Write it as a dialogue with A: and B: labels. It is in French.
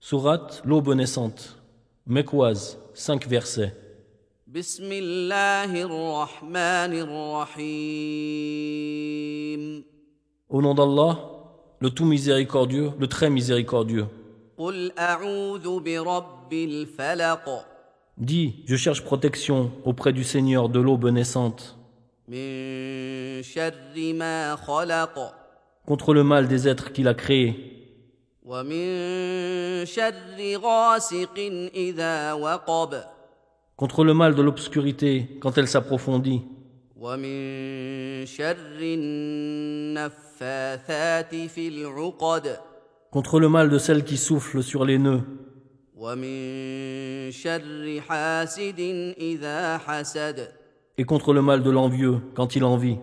A: Sourate L'aube naissante. Mekwaz, 5 versets.
B: بسم الله الرحمن الرحيم
A: Au nom d'Allah, le tout miséricordieux, le très miséricordieux.
B: قل أعوذ برب الفلق
A: Dis, je cherche protection auprès du Seigneur de l'aube naissante,
B: من شر ما خلق
A: contre le mal des êtres qu'il a créés,
B: ومن شر غاسق إذا وقب
A: contre le mal de l'obscurité quand elle s'approfondit,
B: ومن شر النفاثات في العقد
A: contre le mal de celle qui souffle sur les nœuds,
B: ومن شر حاسد إذا حسد
A: et contre le mal de l'envieux quand il envie.